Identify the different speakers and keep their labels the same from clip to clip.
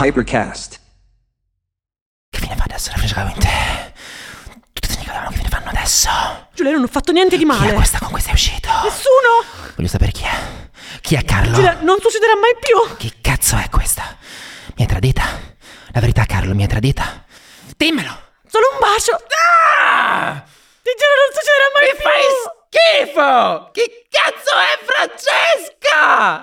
Speaker 1: Hypercast.
Speaker 2: Che fine fa adesso la freccia cagante? Tutti se ne cagavano, che fine fanno adesso?
Speaker 3: Giulia, non ho fatto niente di
Speaker 2: Chi è
Speaker 3: male.
Speaker 2: questa con cui sei uscito?
Speaker 3: Nessuno!
Speaker 2: Voglio sapere chi è. Chi è Carlo?
Speaker 3: Giulia, non succederà mai più!
Speaker 2: Che cazzo è questa? Mi hai tradita? La verità, Carlo, mi hai tradita? Dimmelo!
Speaker 3: Solo un bacio!
Speaker 2: Ah!
Speaker 3: Ti giuro, non succederà mai più!
Speaker 2: schifo! Che cazzo è Francesca?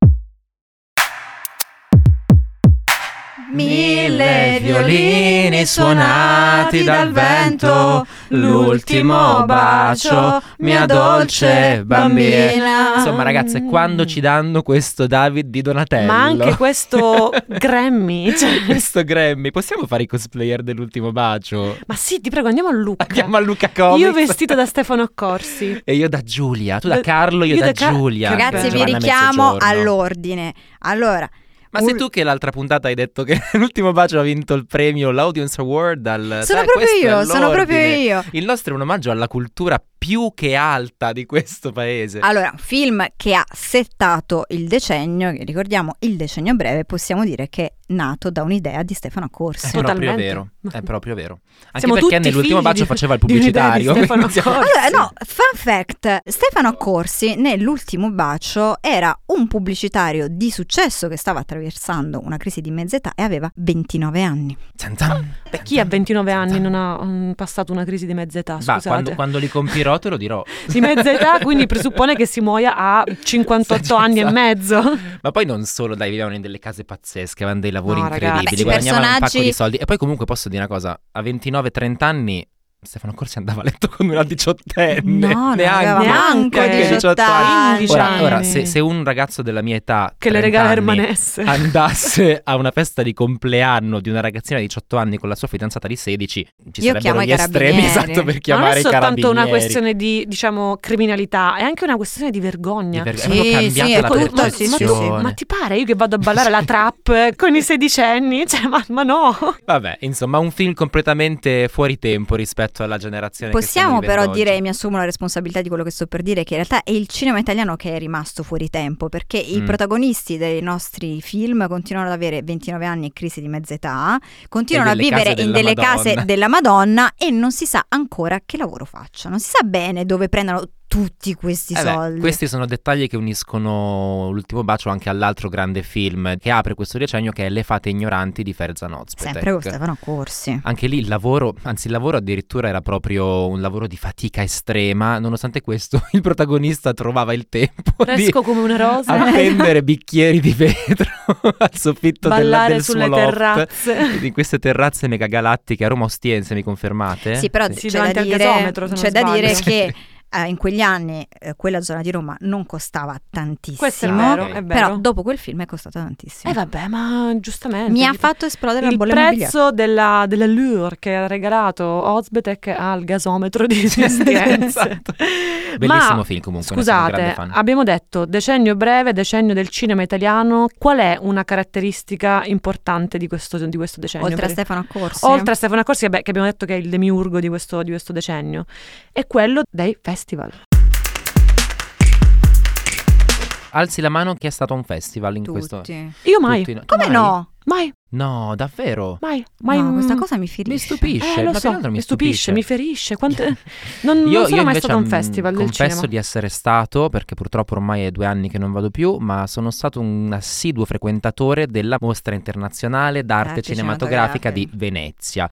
Speaker 2: Mille violini suonati dal vento, l'ultimo bacio, mia dolce bambina. Insomma, ragazze, quando ci danno questo David di Donatello?
Speaker 3: Ma anche questo Grammy. Cioè...
Speaker 2: questo Grammy, possiamo fare i cosplayer dell'ultimo bacio?
Speaker 3: Ma sì, ti prego, andiamo a Luca.
Speaker 2: Andiamo a Luca Comics.
Speaker 3: Io vestita da Stefano Accorsi.
Speaker 2: E io da Giulia, tu da
Speaker 3: Da-
Speaker 2: Carlo, io,
Speaker 3: io
Speaker 2: da,
Speaker 3: da Car-
Speaker 2: Giulia.
Speaker 3: Che
Speaker 4: Ragazzi, vi
Speaker 2: Giovanna
Speaker 4: richiamo
Speaker 2: Mezzogiorno. Eh,
Speaker 4: all'ordine. Allora,
Speaker 2: Ma sei tu che l'altra puntata hai detto che l'ultimo bacio ha vinto il premio, l'Audience Award al...
Speaker 4: sono
Speaker 2: Sai,
Speaker 4: proprio
Speaker 2: questo è
Speaker 4: io, sono proprio
Speaker 2: l'ordine.
Speaker 4: io.
Speaker 2: Il nostro è un omaggio alla cultura più che alta di questo paese.
Speaker 4: Allora, un film che ha settato il decennio, che ricordiamo il decennio breve, possiamo dire che è nato da un'idea di Stefano Corsi.
Speaker 2: è proprio
Speaker 3: totalmente.
Speaker 2: vero, è proprio vero. Anche
Speaker 3: Siamo
Speaker 2: perché
Speaker 3: tutti
Speaker 2: nell'ultimo
Speaker 3: figli
Speaker 2: bacio
Speaker 3: di-
Speaker 2: faceva il
Speaker 3: di un'idea di
Speaker 2: pubblicitario.
Speaker 3: Stefano
Speaker 2: quindi siamo-
Speaker 3: Accorsi.
Speaker 4: Allora, no, fun fact, Stefano Corsi nell'ultimo bacio era un pubblicitario di successo che stava attraversando una crisi di mezza età e aveva 29 anni.
Speaker 2: Zan zan,
Speaker 3: Beh, chi a 29 anni
Speaker 2: zan.
Speaker 3: non ha mm, passato una crisi di mezza età?
Speaker 2: Va,
Speaker 3: Scusate.
Speaker 2: Esatto. quando, quando li compirò te lo dirò.
Speaker 3: Di mezza età, quindi presuppone che si muoia a 58
Speaker 2: Sta
Speaker 3: anni e
Speaker 2: scherzando.
Speaker 3: mezzo.
Speaker 2: esatto. Ma poi non solo, dai, vivevano in delle case pazzesche, avevano dei lavori
Speaker 3: No, ragazzi.
Speaker 2: incredibili,
Speaker 4: Beh,
Speaker 2: guadagnavano un
Speaker 4: personaggi-
Speaker 2: pacco di soldi. E poi comunque posso dire una cosa, a 29-30 anni Stefano Corsi andava a letto con una diciottenne.
Speaker 4: No, non aveva
Speaker 2: Eh, neanche.
Speaker 4: manco
Speaker 3: Neanche
Speaker 4: 18 anni.
Speaker 3: 15
Speaker 2: Ora,
Speaker 3: anni.
Speaker 2: ora, se, se un ragazzo della mia età...
Speaker 3: Che
Speaker 2: 30
Speaker 3: le regala
Speaker 2: anni,
Speaker 3: Ermanesse.
Speaker 2: Andasse a una festa di compleanno di una ragazzina di 18 anni con la sua fidanzata di 16, ci
Speaker 4: Io chiamo
Speaker 2: sarebbero
Speaker 4: i
Speaker 2: gli estremi
Speaker 4: carabinieri.
Speaker 2: esatto per
Speaker 3: Ma non è
Speaker 2: chiamare i carabinieri.
Speaker 3: soltanto una questione di, diciamo, criminalità, è anche una questione di vergogna.
Speaker 2: Di vergogna.
Speaker 4: Sì,
Speaker 2: Avevano cambiato
Speaker 4: sì, è
Speaker 2: la
Speaker 3: Co-
Speaker 4: tutto,
Speaker 3: ma,
Speaker 4: sì,
Speaker 3: ma
Speaker 4: sì,
Speaker 3: tu-
Speaker 4: sì.
Speaker 2: percezione.
Speaker 3: ma ti pare io che vado a ballare la trap eh, con i sedicenni? Cioè, ma, ma no!
Speaker 2: Vabbè, insomma, un film completamente fuori tempo rispetto alla generazione che stiamo
Speaker 4: Possiamo però
Speaker 2: vivendo
Speaker 4: dire,
Speaker 2: oggi.
Speaker 4: mi assumo la responsabilità di quello che sto per dire, che in realtà è il cinema italiano che è rimasto fuori tempo, perché i
Speaker 2: Mm.
Speaker 4: protagonisti dei nostri film continuano ad avere 29 anni e crisi di mezza età,
Speaker 2: E
Speaker 4: continuano a
Speaker 2: delle
Speaker 4: vivere
Speaker 2: case
Speaker 4: in
Speaker 2: della
Speaker 4: delle case
Speaker 2: Madonna.
Speaker 4: della Madonna e non si sa ancora che lavoro facciano, non si sa bene dove prendano tutti questi
Speaker 2: Eh beh,
Speaker 4: soldi.
Speaker 2: questi sono dettagli che uniscono l'ultimo bacio anche all'altro grande film che apre questo decennio che è Le fate ignoranti di Ferzan Ozpetek.
Speaker 4: Sempre con Stefano Corsi.
Speaker 2: Anche lì il lavoro, anzi il lavoro addirittura era proprio un lavoro di fatica estrema, nonostante questo il protagonista trovava il tempo di
Speaker 3: Fresco come una rosa,
Speaker 2: appendere bicchieri di vetro al soffitto della,
Speaker 3: ballare
Speaker 2: del suo
Speaker 3: sulle
Speaker 2: loft.
Speaker 3: terrazze.
Speaker 2: Di queste terrazze megagalattiche a Roma Ostiense, mi confermate?
Speaker 4: Sì, però
Speaker 3: Sì,
Speaker 4: c'è,
Speaker 3: davanti
Speaker 4: da
Speaker 3: al
Speaker 4: dire,
Speaker 3: gasometro, se non
Speaker 4: c'è da
Speaker 3: sbaglio.
Speaker 4: dire
Speaker 3: Sì.
Speaker 4: che eh, in quegli anni eh, quella zona di Roma non costava tantissimo.
Speaker 3: Questo è vero,
Speaker 2: Ok.
Speaker 3: è vero.
Speaker 4: Però dopo quel film è costato tantissimo.
Speaker 3: Eh vabbè, ma giustamente.
Speaker 4: Mi ha
Speaker 3: dico-
Speaker 4: fatto esplodere la
Speaker 3: il
Speaker 4: bolla immobiliare.
Speaker 3: prezzo della, dell'allure che ha regalato Ozbetek al gasometro di Ostiense.
Speaker 2: Esatto. Bellissimo
Speaker 3: Ma,
Speaker 2: film comunque, ne sono un grande
Speaker 3: Scusate,
Speaker 2: fan.
Speaker 3: abbiamo detto decennio breve, decennio del cinema italiano. Qual è una caratteristica importante di questo, di questo decennio?
Speaker 4: Oltre a
Speaker 3: Per-
Speaker 4: Stefano Corsi.
Speaker 3: Oltre a Stefano Accorsi, vabbè, che abbiamo detto che è il demiurgo di questo, di questo decennio, è quello dei festival.
Speaker 2: Alzi la mano chi è stato a un festival in
Speaker 4: tutti.
Speaker 2: questo.
Speaker 3: Io mai,
Speaker 2: Tutti no. Tu
Speaker 4: Come
Speaker 2: mai?
Speaker 4: no?
Speaker 3: mai,
Speaker 2: No, davvero.
Speaker 3: mai, mai.
Speaker 4: no, questa
Speaker 3: mm,
Speaker 4: cosa mi
Speaker 2: Mi
Speaker 4: ferisce.
Speaker 2: stupisce,
Speaker 3: eh, lo
Speaker 2: ma
Speaker 3: so,
Speaker 2: peraltro mi stupisce.
Speaker 3: mi ferisce. Quante... Non, non sono mai
Speaker 2: invece,
Speaker 3: stato a un
Speaker 2: mm,
Speaker 3: festival del
Speaker 2: confesso
Speaker 3: cinema.
Speaker 2: di essere stato, perché purtroppo ormai è due anni che non vado più, ma sono stato un assiduo frequentatore della mostra internazionale d'arte
Speaker 4: Arte
Speaker 2: cinematografica,
Speaker 4: cinematografica.
Speaker 2: di Venezia.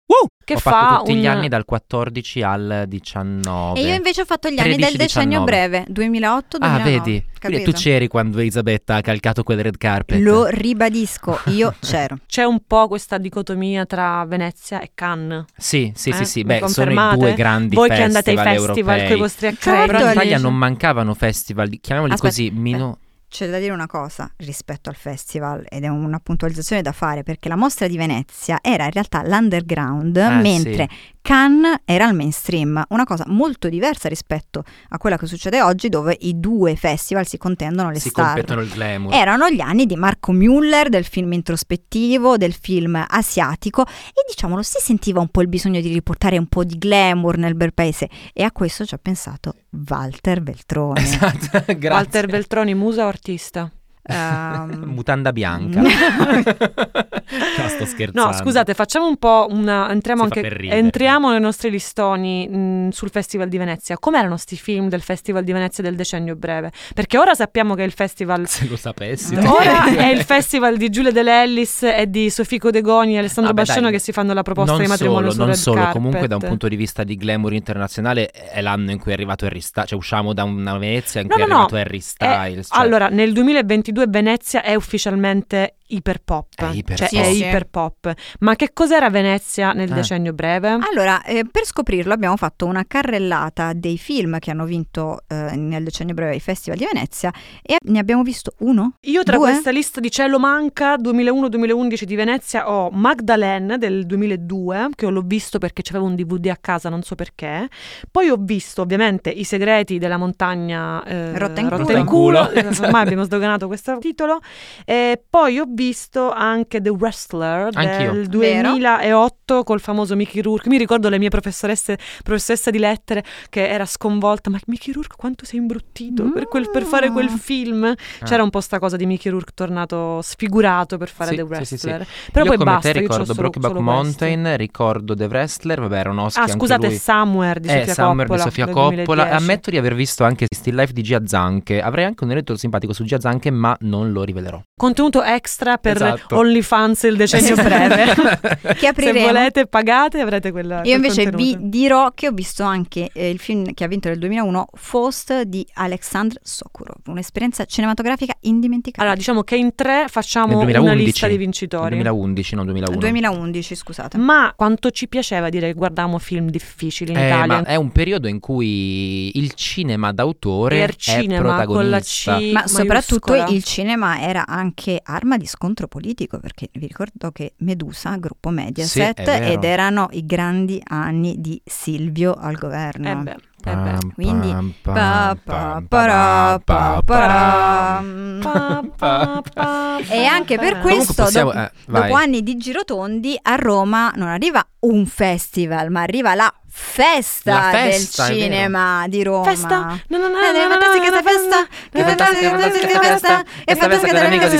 Speaker 3: Che
Speaker 2: Ho
Speaker 3: fa
Speaker 2: fatto tutti gli
Speaker 3: un-
Speaker 2: anni dal 14 al 19.
Speaker 4: E io invece ho fatto gli anni del
Speaker 2: 13-19.
Speaker 4: decennio breve, 2008-2009.
Speaker 2: Ah, vedi? Quindi tu c'eri quando Elisabetta ha calcato quel red carpet.
Speaker 4: Lo ribadisco, io c'ero.
Speaker 3: C'è un po' questa dicotomia tra Venezia e Cannes.
Speaker 2: Sì, sì, sì,
Speaker 3: Eh,
Speaker 2: sì.
Speaker 3: mi
Speaker 2: Beh, sono i
Speaker 3: confermate?
Speaker 2: due grandi
Speaker 3: Voi che
Speaker 2: festival
Speaker 3: andate ai festival
Speaker 2: europei.
Speaker 3: con i vostri
Speaker 4: Certo,
Speaker 3: accrediti.
Speaker 2: Però in Italia
Speaker 4: Alice.
Speaker 2: non mancavano festival, chiamiamoli
Speaker 4: Aspetta,
Speaker 2: così, mino...
Speaker 4: C'è da dire una cosa rispetto al festival ed è una puntualizzazione da fare perché la mostra di Venezia era in realtà l'underground,
Speaker 2: Ah,
Speaker 4: mentre Cannes era il mainstream, una cosa molto diversa rispetto a quella che succede oggi dove i due festival si contendono le
Speaker 2: si
Speaker 4: star.
Speaker 2: competono il glamour.
Speaker 4: Erano gli anni di Marco Müller, del film introspettivo, del film asiatico e diciamolo si sentiva un po' il bisogno di riportare un po' di glamour nel bel paese e a questo ci ha pensato Walter Veltroni.
Speaker 2: Esatto, grazie.
Speaker 3: Eh, Walter Beltroni, musa o artista?
Speaker 4: Ehm,
Speaker 2: Mutanda bianca.
Speaker 4: No.
Speaker 2: no, sto scherzando.
Speaker 3: No, scusate, facciamo un po' una. Entriamo,
Speaker 2: Si fa
Speaker 3: anche,
Speaker 2: per ridere.
Speaker 3: entriamo nei nostri listoni mh, sul Festival di Venezia. Com'erano sti film del Festival di Venezia del decennio breve? Perché ora sappiamo che è il festival.
Speaker 2: Se lo sapessi.
Speaker 3: Ora è il festival di Giulia De Lellis e di Sofico De Goni e Alessandro
Speaker 2: Vabbè,
Speaker 3: Basciano
Speaker 2: Ah, dai,
Speaker 3: che si fanno la proposta
Speaker 2: non
Speaker 3: di matrimonio
Speaker 2: solo, non
Speaker 3: sul
Speaker 2: solo,
Speaker 3: red
Speaker 2: comunque da un
Speaker 3: carpet.
Speaker 2: punto di vista di glamour internazionale è l'anno in cui è arrivato Harry Styles, cioè usciamo da una Venezia in
Speaker 3: No,
Speaker 2: cui
Speaker 3: no,
Speaker 2: è
Speaker 3: no, Eh,
Speaker 2: arrivato Harry Styles. cioè,
Speaker 3: Allora, nel 2022 Venezia è ufficialmente iperpop,
Speaker 2: È iper
Speaker 3: cioè
Speaker 2: pop.
Speaker 3: è
Speaker 2: Sì,
Speaker 4: sì.
Speaker 3: iperpop. Ma che cos'era Venezia nel
Speaker 2: Eh.
Speaker 3: decennio breve?
Speaker 4: Allora, eh, per scoprirlo abbiamo fatto una carrellata dei film che hanno vinto eh, nel decennio breve i Festival di Venezia e ne abbiamo visto uno.
Speaker 3: Io tra
Speaker 4: Due?
Speaker 3: questa lista di Cielo Manca 2001-2011 di Venezia ho Magdalene del 2002, che l'ho visto perché c'avevo un DVD a casa, non so perché. Poi ho visto ovviamente I segreti della montagna eh,
Speaker 4: Rotta in
Speaker 2: culo.
Speaker 3: culo.
Speaker 2: Rotta in culo.
Speaker 3: Ormai abbiamo sdoganato questo titolo. E poi ho visto anche The Wrestler
Speaker 2: Anch'io.
Speaker 3: del
Speaker 4: Vero.
Speaker 3: 2008 col famoso Mickey Rourke. Mi ricordo le mie professoresse, professoressa di lettere che era sconvolta, ma Mickey Rourke quanto sei imbruttito per, quel- per fare quel
Speaker 4: Mm.
Speaker 3: film?
Speaker 2: Ah.
Speaker 3: C'era un po' sta cosa di Mickey Rourke tornato sfigurato per fare
Speaker 2: Sì,
Speaker 3: The
Speaker 2: sì, sì, sì.
Speaker 3: Wrestler. Però
Speaker 2: io
Speaker 3: poi
Speaker 2: come
Speaker 3: basta,
Speaker 2: te
Speaker 3: io c'ho
Speaker 2: ricordo
Speaker 3: solo-
Speaker 2: Brokeback
Speaker 3: solo questi.
Speaker 2: Mountain, ricordo The Wrestler, vabbè Aronofsky
Speaker 3: Ah,
Speaker 2: anche
Speaker 3: scusate,
Speaker 2: lui.
Speaker 3: Somewhere di
Speaker 2: eh,
Speaker 3: Sofia
Speaker 2: Summer
Speaker 3: Coppola.
Speaker 2: di Sofia
Speaker 3: del
Speaker 2: Coppola.
Speaker 3: 2010.
Speaker 2: Ammetto di aver visto anche Still Life di Gia Zanche. Avrei anche un eletto simpatico su Gia Zanche, ma non lo rivelerò.
Speaker 3: Contenuto extra per
Speaker 2: Esatto.
Speaker 3: OnlyFans il decennio
Speaker 4: Esatto.
Speaker 3: breve.
Speaker 4: Che
Speaker 3: Se
Speaker 4: apriremo.
Speaker 3: volete pagate avrete quella.
Speaker 4: Io
Speaker 3: quel
Speaker 4: invece vi
Speaker 3: contenuto.
Speaker 4: dirò che ho visto anche eh, il film che ha vinto nel 2001, Faust di Alexandr Sokurov, un'esperienza cinematografica indimenticabile.
Speaker 3: Allora, diciamo che in tre facciamo
Speaker 2: Nel
Speaker 3: una
Speaker 2: 2011.
Speaker 3: lista di
Speaker 2: Nel
Speaker 3: vincitori.
Speaker 2: 2011, non 2001.
Speaker 4: 2011, scusate.
Speaker 3: Ma quanto ci piaceva dire che guardavamo film difficili in
Speaker 2: Eh,
Speaker 3: Italia.
Speaker 2: ma è un periodo in cui il cinema d'autore
Speaker 3: per
Speaker 2: è
Speaker 3: cinema con la C.
Speaker 2: protagonista.
Speaker 4: Ma soprattutto
Speaker 3: maiuscola.
Speaker 4: il cinema era anche arma di scontro politico, perché vi ricordo che Medusa, gruppo Mediaset,
Speaker 2: Sì, è vero.
Speaker 4: ed erano i grandi anni di Silvio al governo.
Speaker 3: Eh beh, eh
Speaker 2: Ah.
Speaker 3: beh.
Speaker 4: Quindi- Pa, pa, para, pa, para.
Speaker 2: Comunque
Speaker 3: Pa, pa, pa,
Speaker 4: E
Speaker 3: pa,
Speaker 4: anche
Speaker 3: pa,
Speaker 4: per
Speaker 3: pa.
Speaker 4: questo-
Speaker 2: possiamo...
Speaker 4: dopo-
Speaker 2: eh, vai.
Speaker 4: Dopo anni di girotondi a Roma non arriva un festival, ma arriva la festa,
Speaker 2: La festa,
Speaker 4: del
Speaker 2: è vero.
Speaker 4: cinema di Roma.
Speaker 3: Festa? No, no, no,
Speaker 4: Eh,
Speaker 3: no, no, no,
Speaker 4: fantastica sta
Speaker 3: no,
Speaker 4: festa,
Speaker 2: Che fantastica, fantastica festa.
Speaker 4: E
Speaker 2: E
Speaker 4: fantastica
Speaker 2: fantastica
Speaker 4: delle
Speaker 2: delle amiche, si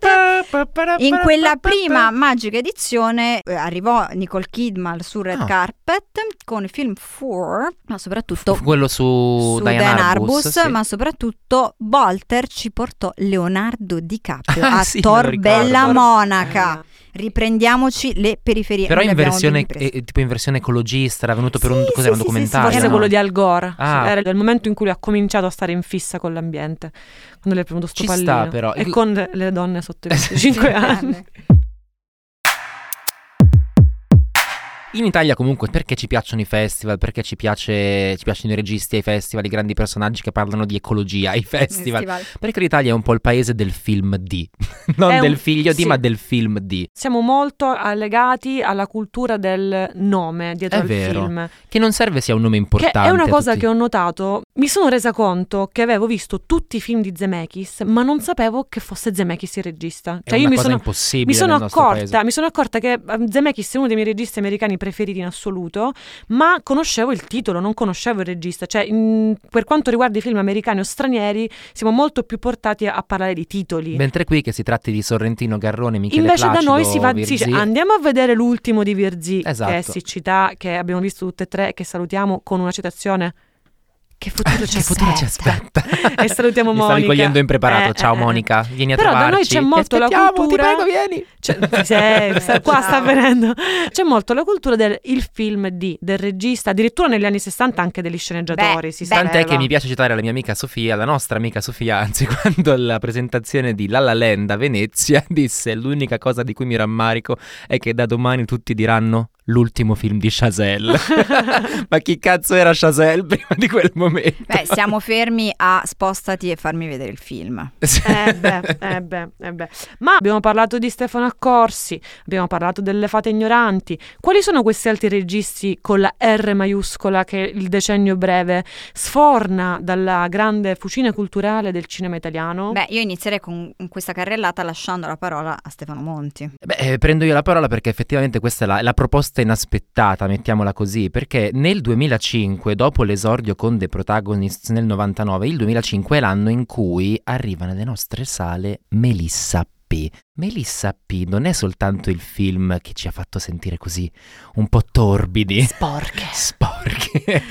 Speaker 2: sentì?
Speaker 4: In quella prima magica edizione eh, arrivò Nicole Kidman sul red
Speaker 2: Ah.
Speaker 4: carpet con il film Four, ma soprattutto
Speaker 2: Quello su,
Speaker 4: su
Speaker 2: uh, Diane Arbus, sì.
Speaker 4: ma soprattutto Bolter ci portò Leonardo DiCaprio
Speaker 2: Ah,
Speaker 4: a
Speaker 2: sì, me lo
Speaker 4: Tor
Speaker 2: ricordo.
Speaker 4: Bella Monaca.
Speaker 3: Eh,
Speaker 4: Riprendiamoci le periferie.
Speaker 2: Però
Speaker 4: Non
Speaker 2: in
Speaker 4: le abbiamo
Speaker 2: versione,
Speaker 4: ben riprese.
Speaker 2: eh, tipo in versione ecologista, era venuto per un,
Speaker 4: Sì,
Speaker 2: cos'era,
Speaker 4: sì,
Speaker 2: un
Speaker 4: sì, sì,
Speaker 2: documentario.
Speaker 3: Forse
Speaker 2: no?
Speaker 3: quello di Al Gore.
Speaker 2: Ah.
Speaker 3: Sì, Era il momento in cui lui ha cominciato a stare in fissa con l'ambiente. Quando le è premuto sto
Speaker 2: Ci
Speaker 3: pallino.
Speaker 2: sta, però. Eh,
Speaker 3: E con le donne sotto i 25 anni.
Speaker 2: In Italia comunque perché ci piacciono i festival, perché ci, piace, ci piacciono i registi ai festival, i grandi personaggi che parlano di ecologia ai
Speaker 3: Eh,
Speaker 2: festival.
Speaker 4: Festival.
Speaker 2: Perché l'Italia è un po' il paese del film di, non
Speaker 3: È un-
Speaker 2: del figlio di,
Speaker 3: sì.
Speaker 2: ma del film di.
Speaker 3: Siamo molto allegati alla cultura del nome dietro
Speaker 2: È
Speaker 3: al
Speaker 2: vero.
Speaker 3: film.
Speaker 2: Che non serve sia un nome
Speaker 3: Che
Speaker 2: importante.
Speaker 3: è una
Speaker 2: a
Speaker 3: cosa
Speaker 2: tutti.
Speaker 3: che ho notato. Mi sono resa conto che avevo visto tutti i film di Zemeckis, ma non sapevo che fosse Zemeckis il regista.
Speaker 2: È
Speaker 3: Cioè,
Speaker 2: una
Speaker 3: io mi
Speaker 2: cosa
Speaker 3: sono,
Speaker 2: impossibile
Speaker 3: mi sono
Speaker 2: nel nostro paese.
Speaker 3: accorta, mi sono accorta che ehm, Zemeckis è uno dei miei registi americani preferiti in assoluto, ma conoscevo il titolo, non conoscevo il regista. Cioè, in- per quanto riguarda i film americani o stranieri, siamo molto più portati a, a parlare di titoli.
Speaker 2: Mentre qui che si tratti di Sorrentino, Garrone, Michele
Speaker 3: Invece da
Speaker 2: Placido,
Speaker 3: noi si va, si
Speaker 2: Virzì-
Speaker 3: dice, andiamo a vedere l'ultimo di Virzì, che è
Speaker 2: Esatto.
Speaker 3: siccità, che abbiamo visto tutte e tre, che salutiamo con una citazione. Che futuro ci
Speaker 2: Che futuro ci aspetta?
Speaker 3: e salutiamo
Speaker 2: Mi
Speaker 3: Monica.
Speaker 2: stavi cogliendo impreparato.
Speaker 3: Eh,
Speaker 2: Ciao
Speaker 3: eh, eh.
Speaker 2: Monica, vieni a
Speaker 3: Però da
Speaker 2: trovarci.
Speaker 3: noi c'è
Speaker 2: Ti
Speaker 3: molto la
Speaker 2: aspettiamo,
Speaker 3: cultura.
Speaker 2: Ti prego, vieni.
Speaker 3: Cioè, sì, sta- qua sta
Speaker 4: Eh, Ciao.
Speaker 3: avvenendo. C'è molto la cultura del il film di, del regista, addirittura negli anni 60 anche degli sceneggiatori.
Speaker 4: Beh,
Speaker 3: si
Speaker 4: beh.
Speaker 2: Tant'è
Speaker 3: sapeva.
Speaker 2: che mi piace citare la mia amica Sofia, la nostra amica Sofia, anzi, quando alla presentazione di La La Land a Venezia disse: L'unica cosa di cui mi rammarico è che da domani tutti diranno l'ultimo film di Chazelle. Ma chi cazzo era Chazelle prima di quel momento?
Speaker 4: Beh, siamo fermi a spostati e farmi vedere il film.
Speaker 3: Eh beh, eh beh, eh beh. Ma abbiamo parlato di Stefano Accorsi, abbiamo parlato delle fate ignoranti. Quali sono questi altri registi con la R maiuscola che il decennio breve sforna dalla grande fucina culturale del cinema
Speaker 2: Oh.
Speaker 3: italiano?
Speaker 4: Beh, io inizierei con questa carrellata lasciando la parola a Stefano Monti.
Speaker 2: Beh, eh, prendo io la parola perché effettivamente questa è la, è la proposta inaspettata, mettiamola così, perché nel 2005, dopo l'esordio con The Protagonists nel 99, il 2005 è l'anno in cui arriva nelle nostre sale Melissa P. Melissa P non è soltanto il film che ci ha fatto sentire così un po' torbidi.
Speaker 3: Sporche.
Speaker 2: Sporche.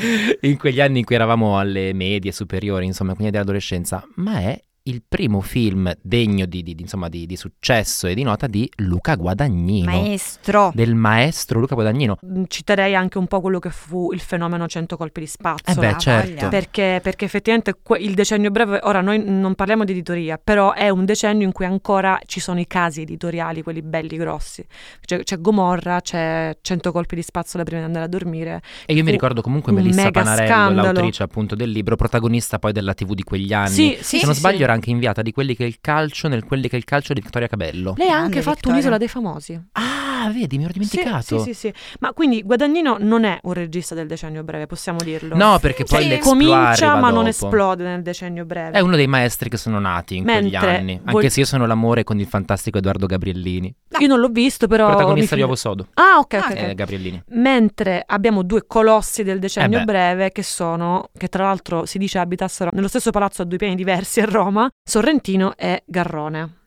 Speaker 2: in quegli anni in cui eravamo alle medie, superiori, insomma, quindi dell'adolescenza, ma è il primo film degno di, di- di- insomma, di- di successo e di nota di Luca Guadagnino.
Speaker 4: Maestro.
Speaker 2: Del maestro Luca Guadagnino.
Speaker 3: Mm, Citerei anche un po' quello che fu il fenomeno 100 colpi di spazzo.
Speaker 2: Eh beh,
Speaker 4: la
Speaker 2: certo.
Speaker 4: voglia.
Speaker 3: Perché, perché effettivamente que- il decennio breve, ora noi non parliamo di editoria, però è un decennio in cui ancora ci sono i casi editoriali, quelli belli grossi. C'è, c'è Gomorra, c'è 100 colpi di spazzo prima di andare a dormire.
Speaker 2: E io mi
Speaker 3: fu
Speaker 2: ricordo comunque
Speaker 3: un
Speaker 2: Melissa
Speaker 3: mega
Speaker 2: Panarello,
Speaker 3: scandalo.
Speaker 2: l'autrice appunto del libro, protagonista poi della TV di quegli anni.
Speaker 3: Sì, sì,
Speaker 2: Se non
Speaker 3: sì,
Speaker 2: sbaglio
Speaker 3: sì.
Speaker 2: era anche inviata di quelli che è il calcio, nel quelli che è il calcio di Vittoria Cabello.
Speaker 3: Lei ha
Speaker 4: Grande
Speaker 3: anche fatto
Speaker 4: Vittoria.
Speaker 3: un'isola dei famosi.
Speaker 2: Ah, vedi, mi ero dimenticato.
Speaker 3: Sì, sì, sì, sì. Ma quindi Guadagnino non è un regista del decennio breve, possiamo dirlo.
Speaker 2: No, perché poi
Speaker 4: Sì.
Speaker 2: l'explo
Speaker 3: comincia
Speaker 2: arriva
Speaker 3: ma non
Speaker 2: dopo.
Speaker 3: esplode nel decennio breve.
Speaker 2: È uno dei maestri che sono nati in quegli
Speaker 3: Mentre
Speaker 2: anni. Anche
Speaker 3: voi-
Speaker 2: se io sono l'amore con il fantastico Edoardo Gabriellini,
Speaker 3: Io non l'ho visto, però.
Speaker 2: protagonista di
Speaker 3: mi-
Speaker 2: Uovo Sodo.
Speaker 3: Ah, ok, ok.
Speaker 4: Ah,
Speaker 3: ok.
Speaker 2: Eh, Gabriellini.
Speaker 3: Mentre abbiamo due colossi del decennio
Speaker 2: Eh beh.
Speaker 3: breve che sono, che tra l'altro si dice abitassero nello stesso palazzo a due piani diversi a Roma, Sorrentino e Garrone.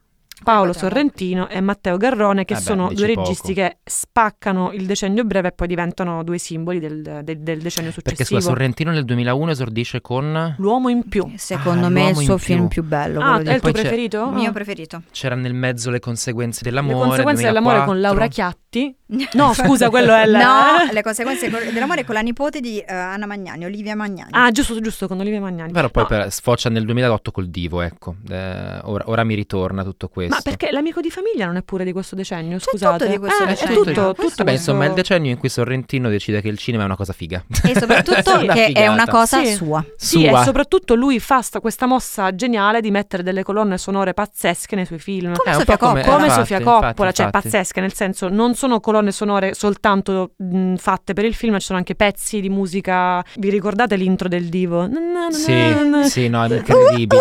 Speaker 3: Paolo
Speaker 4: Guarda.
Speaker 3: Sorrentino e Matteo Garrone, che
Speaker 2: Eh beh,
Speaker 3: sono
Speaker 2: dici
Speaker 3: due
Speaker 2: poco.
Speaker 3: registi che spaccano il decennio breve e poi diventano due simboli del, del- del decennio successivo.
Speaker 2: Perché scusa, Sorrentino nel 2001 esordisce con...
Speaker 3: L'uomo in più.
Speaker 4: Secondo
Speaker 2: Ah,
Speaker 4: me è il
Speaker 2: l'uomo in
Speaker 4: suo
Speaker 2: più.
Speaker 4: film più bello.
Speaker 3: Ah, è
Speaker 4: quello di-
Speaker 3: il tuo
Speaker 2: poi
Speaker 3: Ah.
Speaker 2: c'è-
Speaker 3: preferito?
Speaker 4: mio preferito.
Speaker 2: C'era nel mezzo le conseguenze
Speaker 3: Le
Speaker 2: dell'amore.
Speaker 3: conseguenze dell'amore con Laura
Speaker 2: 2004.
Speaker 3: Chiatti. No, scusa, quello è il...
Speaker 4: No, le conseguenze col- dell'amore con la nipote di eh, Anna Magnani, Olivia Magnani.
Speaker 3: Ah, giusto, giusto, con Olivia Magnani.
Speaker 2: Però poi
Speaker 3: No,
Speaker 2: per- sfocia nel 2008 col divo, ecco. Eh, ora, ora mi ritorna tutto questo.
Speaker 3: Ma perché l'amico di famiglia non è pure di questo decennio?
Speaker 4: C'è
Speaker 3: Scusate.
Speaker 4: tutto di questo
Speaker 3: Eh, è
Speaker 4: decennio.
Speaker 3: tutto,
Speaker 2: Tutto
Speaker 3: tutto,
Speaker 2: di- Vabbè,
Speaker 3: questo.
Speaker 2: insomma, è il decennio in cui Sorrentino decide che il cinema è una cosa figa.
Speaker 4: E soprattutto
Speaker 2: Sì.
Speaker 4: che è una
Speaker 2: figata.
Speaker 4: cosa
Speaker 3: Sì.
Speaker 4: sua.
Speaker 3: Sì,
Speaker 2: Sua.
Speaker 3: e soprattutto lui fa sta- questa mossa geniale di mettere delle colonne sonore pazzesche nei suoi film.
Speaker 4: Come
Speaker 2: Eh, un
Speaker 4: Sofia
Speaker 2: po' come-
Speaker 4: Coppola.
Speaker 3: Come
Speaker 2: infatti,
Speaker 3: Sofia
Speaker 2: infatti,
Speaker 3: Coppola, cioè
Speaker 2: infatti.
Speaker 3: pazzesche, nel senso non sono colonne sonore soltanto mh, fatte per il film, ma ci sono anche pezzi di musica. Vi ricordate l'intro del divo?
Speaker 2: Sì, sì, no, è incredibile.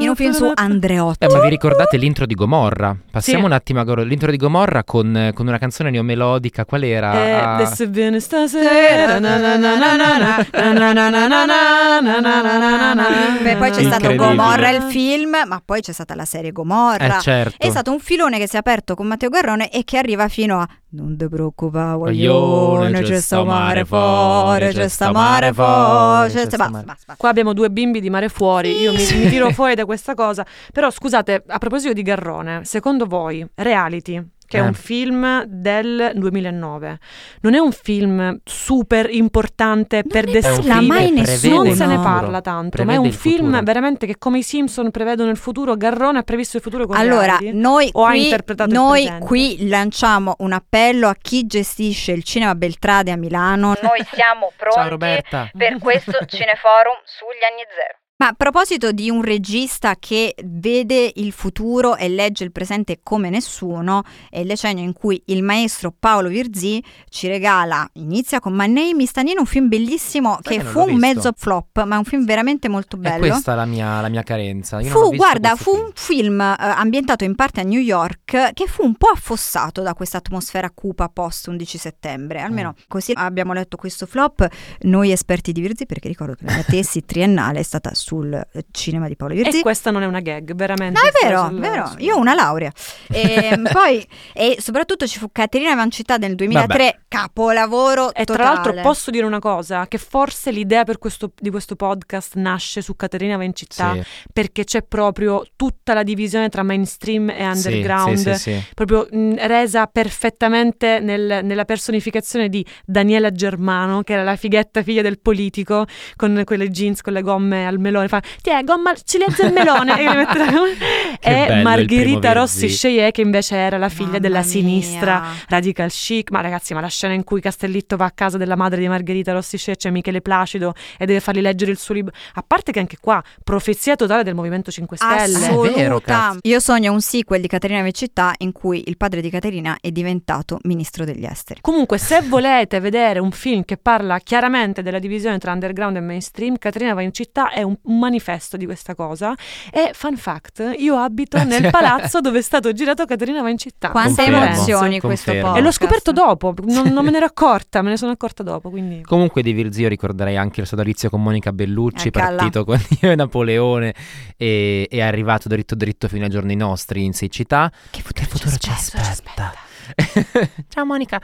Speaker 4: In un film su Andreotti.
Speaker 2: Eh, ma vi ricordate l'intro di Gomorra? Passiamo
Speaker 3: Sì.
Speaker 2: un attimo a Gomorra. L'intro di Gomorra con, eh, con una canzone neomelodica, qual era? Ah,
Speaker 3: Eh, adesso viene stasera. na na na na na na, na na na na na, na na na na na.
Speaker 4: Beh, poi c'è stato
Speaker 2: Incredibile.
Speaker 4: Gomorra il film, ma poi c'è stata la serie Gomorra.
Speaker 2: eh, certo.
Speaker 4: È stato un filone che si è aperto con Matteo Garrone e che arriva fino a Non te preoccupare, guaglione, c'è sta mare fuori, c'è sta mare fuori. c'è sta- Basta, basta, basta.
Speaker 3: Qua abbiamo due bimbi di mare fuori, io mi,
Speaker 2: Sì.
Speaker 3: mi tiro fuori da questa cosa. Però scusate, a proposito di Garrone, secondo voi Reality, che è
Speaker 2: Eh.
Speaker 3: un film del 2009, non è un film super importante per
Speaker 4: ne parla
Speaker 3: descrivere...
Speaker 4: mai
Speaker 2: nessuno.
Speaker 3: Non se ne
Speaker 4: Prevede il
Speaker 3: parla tanto, ma è
Speaker 2: Prevede
Speaker 3: un
Speaker 2: il
Speaker 3: film
Speaker 2: futuro.
Speaker 3: veramente che come i Simpson prevedono il futuro, Garrone ha previsto il futuro con
Speaker 4: Allora,
Speaker 3: Reality.
Speaker 4: noi,
Speaker 3: O ha
Speaker 4: qui,
Speaker 3: interpretato il
Speaker 4: noi
Speaker 3: presente?
Speaker 4: qui lanciamo un appello a chi gestisce il cinema Beltrade a Milano.
Speaker 5: Noi siamo
Speaker 2: Ciao
Speaker 5: pronti
Speaker 2: Roberta.
Speaker 5: per questo cineforum sugli anni zero.
Speaker 4: Ma a proposito di un regista che vede il futuro e legge il presente come nessuno, è il decennio in cui il maestro Paolo Virzì ci regala, inizia con My Name is Stanino, un film bellissimo
Speaker 2: Sai
Speaker 4: che
Speaker 2: che non
Speaker 4: fu
Speaker 2: l'ho
Speaker 4: un
Speaker 2: visto.
Speaker 4: mezzo flop, ma è un film veramente molto
Speaker 2: È
Speaker 4: bello.
Speaker 2: questa la mia, la mia carenza. Io non ho
Speaker 4: Fu,
Speaker 2: visto
Speaker 4: guarda,
Speaker 2: questo
Speaker 4: fu un film eh, ambientato in parte a New York che fu un po' affossato da questa atmosfera cupa post 11 settembre, almeno
Speaker 3: Mm.
Speaker 4: così abbiamo letto questo flop, noi esperti di Virzi, perché ricordo che la mia tesi triennale è stata sul eh, cinema di Paolo Virzi.
Speaker 3: E questa non è una gag, veramente. Cioè,
Speaker 4: No, è
Speaker 3: sta
Speaker 4: vero,
Speaker 3: sul-
Speaker 4: vero,
Speaker 3: sul-
Speaker 4: io ho una laurea. E poi, e soprattutto ci fu Caterina Vancità nel 2003, capolavoro
Speaker 3: E tra
Speaker 4: totale.
Speaker 3: l'altro posso dire una cosa, che forse l'idea per questo- di questo podcast nasce su Caterina Vencittà,
Speaker 2: Sì,
Speaker 3: perché c'è proprio tutta la divisione tra mainstream e
Speaker 2: sì,
Speaker 3: underground,
Speaker 2: Sì, sì, sì.
Speaker 3: proprio mh, resa perfettamente nel- nella personificazione di Daniela Germano, che era la fighetta figlia del politico, con quelle jeans, con le gomme al melone melone, fa tiè, gomma, ciliegia e melone. e, le metterà-
Speaker 6: Che
Speaker 3: E
Speaker 6: bello il
Speaker 3: Margherita
Speaker 6: primo
Speaker 3: Rossi
Speaker 6: Verzi.
Speaker 3: Cheyé, che invece era la figlia
Speaker 4: Mamma
Speaker 3: della
Speaker 4: mia.
Speaker 3: sinistra radical chic. Ma ragazzi, ma la scena in cui Castellitto va a casa della madre di Margherita Rossi Cheyé, c'è Michele Placido e deve fargli leggere il suo libro. A parte che anche qua, profezia totale del Movimento 5 Stelle.
Speaker 2: Assolutamente. È vero,
Speaker 4: Assoluta.
Speaker 2: cazzo.
Speaker 4: Io sogno un sequel di Caterina Vecchittà in cui il padre di Caterina è diventato ministro degli esteri.
Speaker 3: Comunque, se volete vedere un film che parla chiaramente della divisione tra underground e mainstream, Caterina va in città è un, un manifesto di questa cosa. E fun fact, io abito nel palazzo dove è stato girato Caterina va in città.
Speaker 4: Quante
Speaker 2: Confermo,
Speaker 4: emozioni questo
Speaker 2: confermo.
Speaker 4: po'.
Speaker 3: E l'ho scoperto dopo, non, non me ne ero accorta, me ne sono accorta dopo, quindi...
Speaker 2: Comunque di Virzio ricorderei anche il sodalizio con Monica Bellucci,
Speaker 4: Eh, calla.
Speaker 2: partito con io e Napoleone e è arrivato dritto dritto fino ai giorni nostri in siccità.
Speaker 4: Che
Speaker 2: Che futuro ci aspetta? Ciao Monica.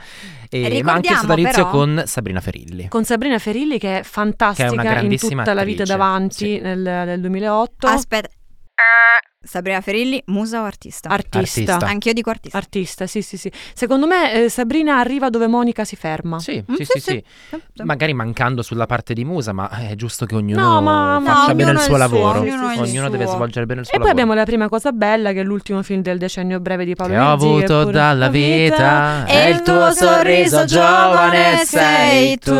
Speaker 2: E, ma anche il
Speaker 4: Ricordiamo,
Speaker 2: sodalizio
Speaker 4: però-
Speaker 2: con Sabrina Ferilli.
Speaker 3: Con Sabrina Ferilli che è
Speaker 2: Che è
Speaker 3: fantastica
Speaker 2: una
Speaker 3: in
Speaker 2: grandissima
Speaker 3: tutta la vita
Speaker 2: attrice,
Speaker 3: davanti
Speaker 2: sì.
Speaker 3: nel, nel 2008,
Speaker 4: Aspetta,
Speaker 2: Eh.
Speaker 4: Sabrina Ferilli, musa o artista?
Speaker 3: artista.
Speaker 2: Artista.
Speaker 4: Anch'io dico artista.
Speaker 3: Artista, sì, sì, sì. Secondo me eh, Sabrina arriva dove Monica si ferma.
Speaker 2: Sì,
Speaker 4: Mm,
Speaker 2: sì,
Speaker 4: sì,
Speaker 2: sì,
Speaker 4: sì.
Speaker 2: sì.
Speaker 4: Sì.
Speaker 2: Magari mancando sulla parte di musa, ma è giusto che ognuno
Speaker 3: No, ma- ma
Speaker 2: faccia bene
Speaker 4: ognuno
Speaker 2: il suo
Speaker 4: è il suo,
Speaker 2: lavoro.
Speaker 4: ognuno è il
Speaker 2: Ognuno deve
Speaker 4: suo.
Speaker 2: svolgere bene il suo
Speaker 3: E poi
Speaker 2: lavoro.
Speaker 3: abbiamo la prima cosa bella che è l'ultimo film del decennio breve di Paolo
Speaker 2: che ho
Speaker 3: Mizzi, che
Speaker 2: avuto
Speaker 3: pure-
Speaker 2: dalla vita
Speaker 4: E il tuo sorriso giovane sei tu.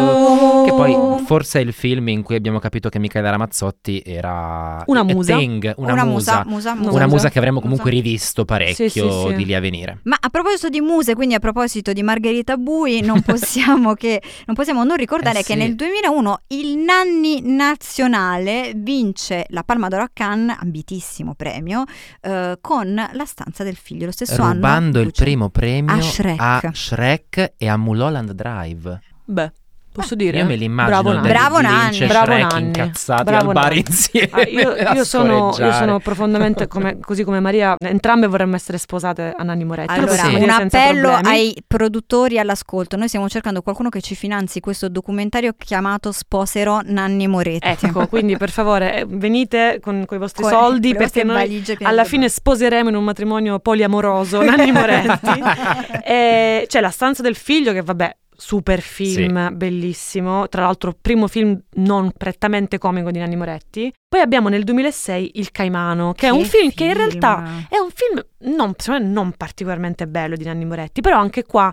Speaker 2: Che poi forse è il film in cui abbiamo capito che Michela Ramazzotti era
Speaker 3: Una
Speaker 2: a
Speaker 3: musa.
Speaker 2: thing, una,
Speaker 4: Una
Speaker 2: musa.
Speaker 4: musa, musa, musa.
Speaker 2: Una musa che avremmo
Speaker 4: Musa.
Speaker 2: comunque rivisto parecchio
Speaker 3: Sì, sì, sì.
Speaker 2: di lì a venire.
Speaker 4: Ma a proposito di muse, quindi a proposito di Margherita Bui, non possiamo, che- non, possiamo non ricordare
Speaker 2: Eh
Speaker 4: che
Speaker 2: sì.
Speaker 4: nel 2001 il Nanni Nazionale vince la Palma d'Oro a Cannes, ambitissimo premio, eh, con La stanza del figlio, lo stesso anno.
Speaker 2: Rubando il
Speaker 4: Luce.
Speaker 2: primo premio
Speaker 4: A Shrek.
Speaker 2: a Shrek e a Mulholland Drive.
Speaker 3: Beh, posso dire?
Speaker 2: Ah, Io me li immagino
Speaker 3: Bravo Nanni.
Speaker 2: David
Speaker 4: Bravo Nanni.
Speaker 2: Lynch e
Speaker 3: Bravo
Speaker 2: Shrek
Speaker 3: Nanni.
Speaker 2: incazzati
Speaker 3: Bravo
Speaker 2: al bar
Speaker 3: Nanni.
Speaker 2: insieme.
Speaker 3: Ah, io,
Speaker 2: a
Speaker 3: io sono, io
Speaker 2: scoreggiare.
Speaker 3: sono profondamente come- così come Maria. Entrambe vorremmo essere sposate a Nanni Moretti. lo
Speaker 4: Allora,
Speaker 3: possiamo
Speaker 4: un
Speaker 3: dire senza
Speaker 4: appello
Speaker 3: problemi.
Speaker 4: ai produttori all'ascolto. Noi stiamo cercando qualcuno che ci finanzi questo documentario chiamato Sposerò Nanni Moretti.
Speaker 3: Ecco, quindi per favore eh, venite con, i vostri
Speaker 4: Con-
Speaker 3: soldi
Speaker 4: con le vostre
Speaker 3: perché noi
Speaker 4: valigie piene
Speaker 3: alla
Speaker 4: di-
Speaker 3: fine sposeremo in un matrimonio poliamoroso Nanni Moretti. E Eh, c'è La stanza del figlio che vabbè super film, bellissimo, tra l'altro primo film non prettamente comico di Nanni Moretti. Poi abbiamo nel 2006 Il Caimano, che, è un film, che in realtà è un film non, secondo me non particolarmente bello di Nanni Moretti, però anche qua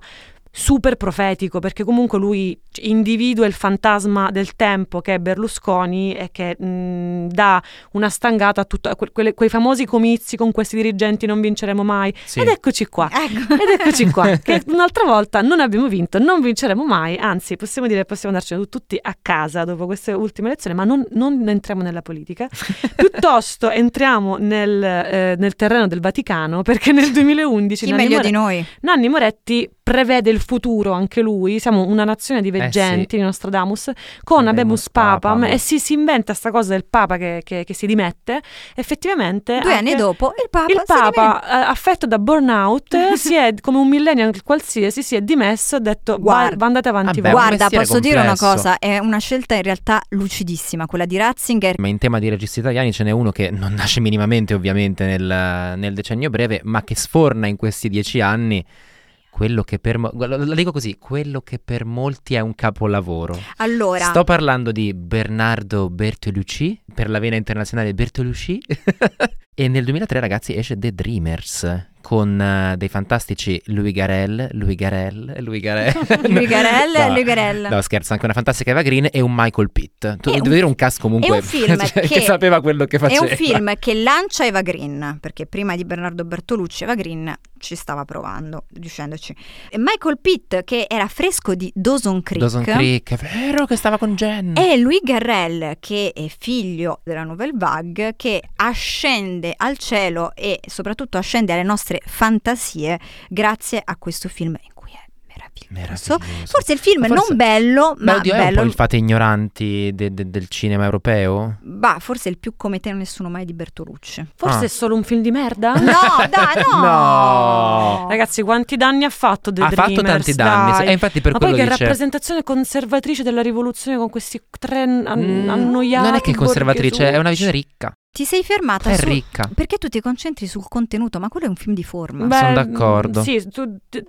Speaker 3: super profetico perché comunque lui individua il fantasma del tempo che è Berlusconi e che mh, dà una stangata a tutto, a que- quelle- quei famosi comizi con questi dirigenti non vinceremo mai.
Speaker 2: Sì.
Speaker 3: Ed eccoci qua.
Speaker 4: Ecco.
Speaker 3: Ed eccoci qua, che un'altra volta non abbiamo vinto, non vinceremo mai, anzi possiamo dire che possiamo andarcene tutti a casa dopo queste ultime elezioni, ma non, non entriamo nella politica, piuttosto entriamo nel, eh, nel terreno del Vaticano perché nel 2011
Speaker 4: Chi
Speaker 3: Nanni,
Speaker 4: meglio
Speaker 3: More-
Speaker 4: di noi?
Speaker 3: Nanni Moretti prevede il futuro anche lui, siamo una nazione
Speaker 4: Eh
Speaker 3: di veggenti, di Nostradamus, con Abemus
Speaker 2: Habemus
Speaker 3: Papam
Speaker 2: Papam.
Speaker 3: e si, si inventa sta cosa del Papa che, che- che si dimette, effettivamente...
Speaker 4: Due anni
Speaker 3: anche-
Speaker 4: dopo il Papa
Speaker 3: il
Speaker 4: si dimette.
Speaker 3: Papa, eh, affetto da burnout, eh, si è, come un millennial qualsiasi, si è dimesso, ha detto
Speaker 4: Guarda.
Speaker 3: "Va- va- andate avanti
Speaker 2: Vabbè,
Speaker 3: voi.
Speaker 2: un
Speaker 4: Guarda,
Speaker 2: mestiere
Speaker 4: posso dire una
Speaker 2: complesso.
Speaker 4: cosa, è una scelta in realtà lucidissima, quella di Ratzinger.
Speaker 2: Ma in tema di registi italiani ce n'è uno che non nasce minimamente ovviamente nel, nel decennio breve, ma che sforna in questi dieci anni quello che per... mo- guarda, La dico così, quello che per molti è un capolavoro.
Speaker 4: Allora,
Speaker 2: Sto parlando di Bernardo Bertolucci, per la vena internazionale Bertolucci, e nel 2003 ragazzi esce The Dreamers con eh, dei fantastici Louis Garel, Louis Garel, Louis Garel.
Speaker 4: Lui Garel,
Speaker 2: No.
Speaker 4: Lui Garel.
Speaker 2: No, scherzo, anche una fantastica Eva Green e un Michael Pitt. Tu
Speaker 4: È
Speaker 2: devi
Speaker 4: un-
Speaker 2: vedere un cast comunque
Speaker 4: è un film
Speaker 2: cioè,
Speaker 4: che-
Speaker 2: sapeva quello che
Speaker 4: È
Speaker 2: faceva.
Speaker 4: un film che lancia Eva Green, perché prima di Bernardo Bertolucci Eva Green ci stava provando, riuscendoci. E Michael Pitt, che era fresco di Dawson Creek,
Speaker 2: Dawson Creek, è vero che stava con Jen.
Speaker 4: e Louis Garrel, che è figlio della Nouvelle Vague, che ascende al cielo e soprattutto ascende alle nostre fantasie grazie a questo film in cui è meraviglioso.
Speaker 2: Meraviglioso.
Speaker 4: Forse il film
Speaker 2: Ma forse-
Speaker 4: non bello,
Speaker 2: Beh,
Speaker 4: ma
Speaker 2: oddio, è un
Speaker 4: bello.
Speaker 2: po' il fate ignoranti de- de- del cinema europeo?
Speaker 4: Bah, forse il più come te nessuno mai di Bertolucci.
Speaker 3: Forse
Speaker 2: Ah.
Speaker 3: è solo un film di merda?
Speaker 4: No, dai, no.
Speaker 2: No.
Speaker 3: Ragazzi, quanti danni ha fatto The
Speaker 2: ha fatto
Speaker 3: Dreamers,
Speaker 2: tanti danni.
Speaker 3: dai.
Speaker 2: E infatti per
Speaker 3: Ma poi
Speaker 2: quello
Speaker 3: che
Speaker 2: dice...
Speaker 3: rappresentazione conservatrice della rivoluzione con questi tre an-
Speaker 2: Mm,
Speaker 3: annoiati
Speaker 2: Non è che è conservatrice, è una visione
Speaker 3: borghesucci.
Speaker 2: ricca.
Speaker 4: Ti sei fermata
Speaker 2: È
Speaker 4: su-
Speaker 2: ricca.
Speaker 4: Perché tu ti concentri sul contenuto, ma quello è un film di forma.
Speaker 2: Beh, Sono d'accordo.
Speaker 3: Sì, mm, tu- t-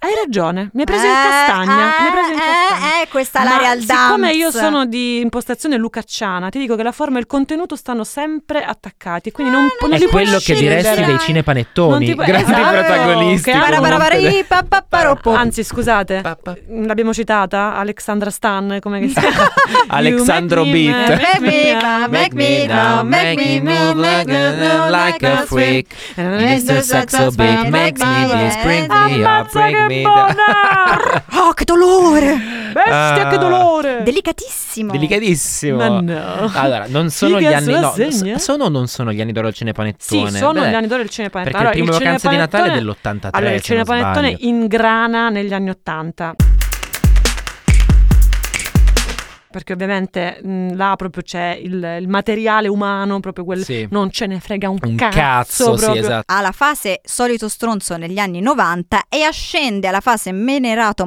Speaker 3: Hai ragione, mi hai preso in
Speaker 4: Eh,
Speaker 3: castagna.
Speaker 4: eh,
Speaker 3: mi hai preso in
Speaker 4: eh,
Speaker 3: castagna.
Speaker 4: eh, questa è
Speaker 3: Ma
Speaker 4: l'area al
Speaker 3: Siccome
Speaker 4: dance.
Speaker 3: io sono di impostazione lucacciana, ti dico che la forma e il contenuto stanno sempre attaccati. Quindi non,
Speaker 4: Eh,
Speaker 3: non
Speaker 4: non
Speaker 3: li
Speaker 2: È
Speaker 4: si
Speaker 3: puoi
Speaker 2: quello che
Speaker 4: scegliere.
Speaker 2: diresti dei
Speaker 3: Non
Speaker 2: cinepanettoni,
Speaker 3: ti puoi-
Speaker 2: grandi
Speaker 3: esatto,
Speaker 2: protagonisti.
Speaker 3: che hanno
Speaker 2: con-
Speaker 4: Barabarabari, pa, pa, pa, ro, po.
Speaker 3: Anzi, scusate,
Speaker 2: Pa, pa.
Speaker 3: l'abbiamo citata Alexandra Stan, come che si chiama?
Speaker 2: Alexandro
Speaker 3: You make me
Speaker 2: Beat.
Speaker 3: mad, make me mad,
Speaker 4: Make me now, make me move like a- like a freak.
Speaker 2: Mr. Saxo Big makes me dance, bring me up,
Speaker 3: Ammazza
Speaker 2: bring
Speaker 3: che
Speaker 2: me
Speaker 3: buona!
Speaker 2: down.
Speaker 4: Oh, che dolore!
Speaker 3: Bestia,
Speaker 2: Ah.
Speaker 3: che dolore!
Speaker 4: Delicatissimo.
Speaker 2: Delicatissimo.
Speaker 3: Ma no.
Speaker 2: Allora, non sono gli
Speaker 3: Figa
Speaker 2: anni
Speaker 3: sulla
Speaker 2: no, s-
Speaker 3: segna.
Speaker 2: sono o non sono gli anni d'oro del
Speaker 3: Sì,
Speaker 2: cinepanettone?
Speaker 3: sono
Speaker 2: Beh,
Speaker 3: gli anni d'oro del cinepanettone.
Speaker 2: Perché
Speaker 3: Allora,
Speaker 2: il primo
Speaker 3: il
Speaker 2: vacanza di Natale è
Speaker 3: cinepanettone-
Speaker 2: dell'83.
Speaker 3: Allora, il cinepanettone ingrana negli anni Ottanta. Perché ovviamente mh, là proprio c'è il, il materiale umano, proprio quel...
Speaker 2: Sì.
Speaker 3: Non ce ne frega un,
Speaker 2: Un cazzo, sì,
Speaker 3: proprio.
Speaker 2: esatto.
Speaker 4: alla fase solito stronzo negli anni 90 e ascende alla fase menerato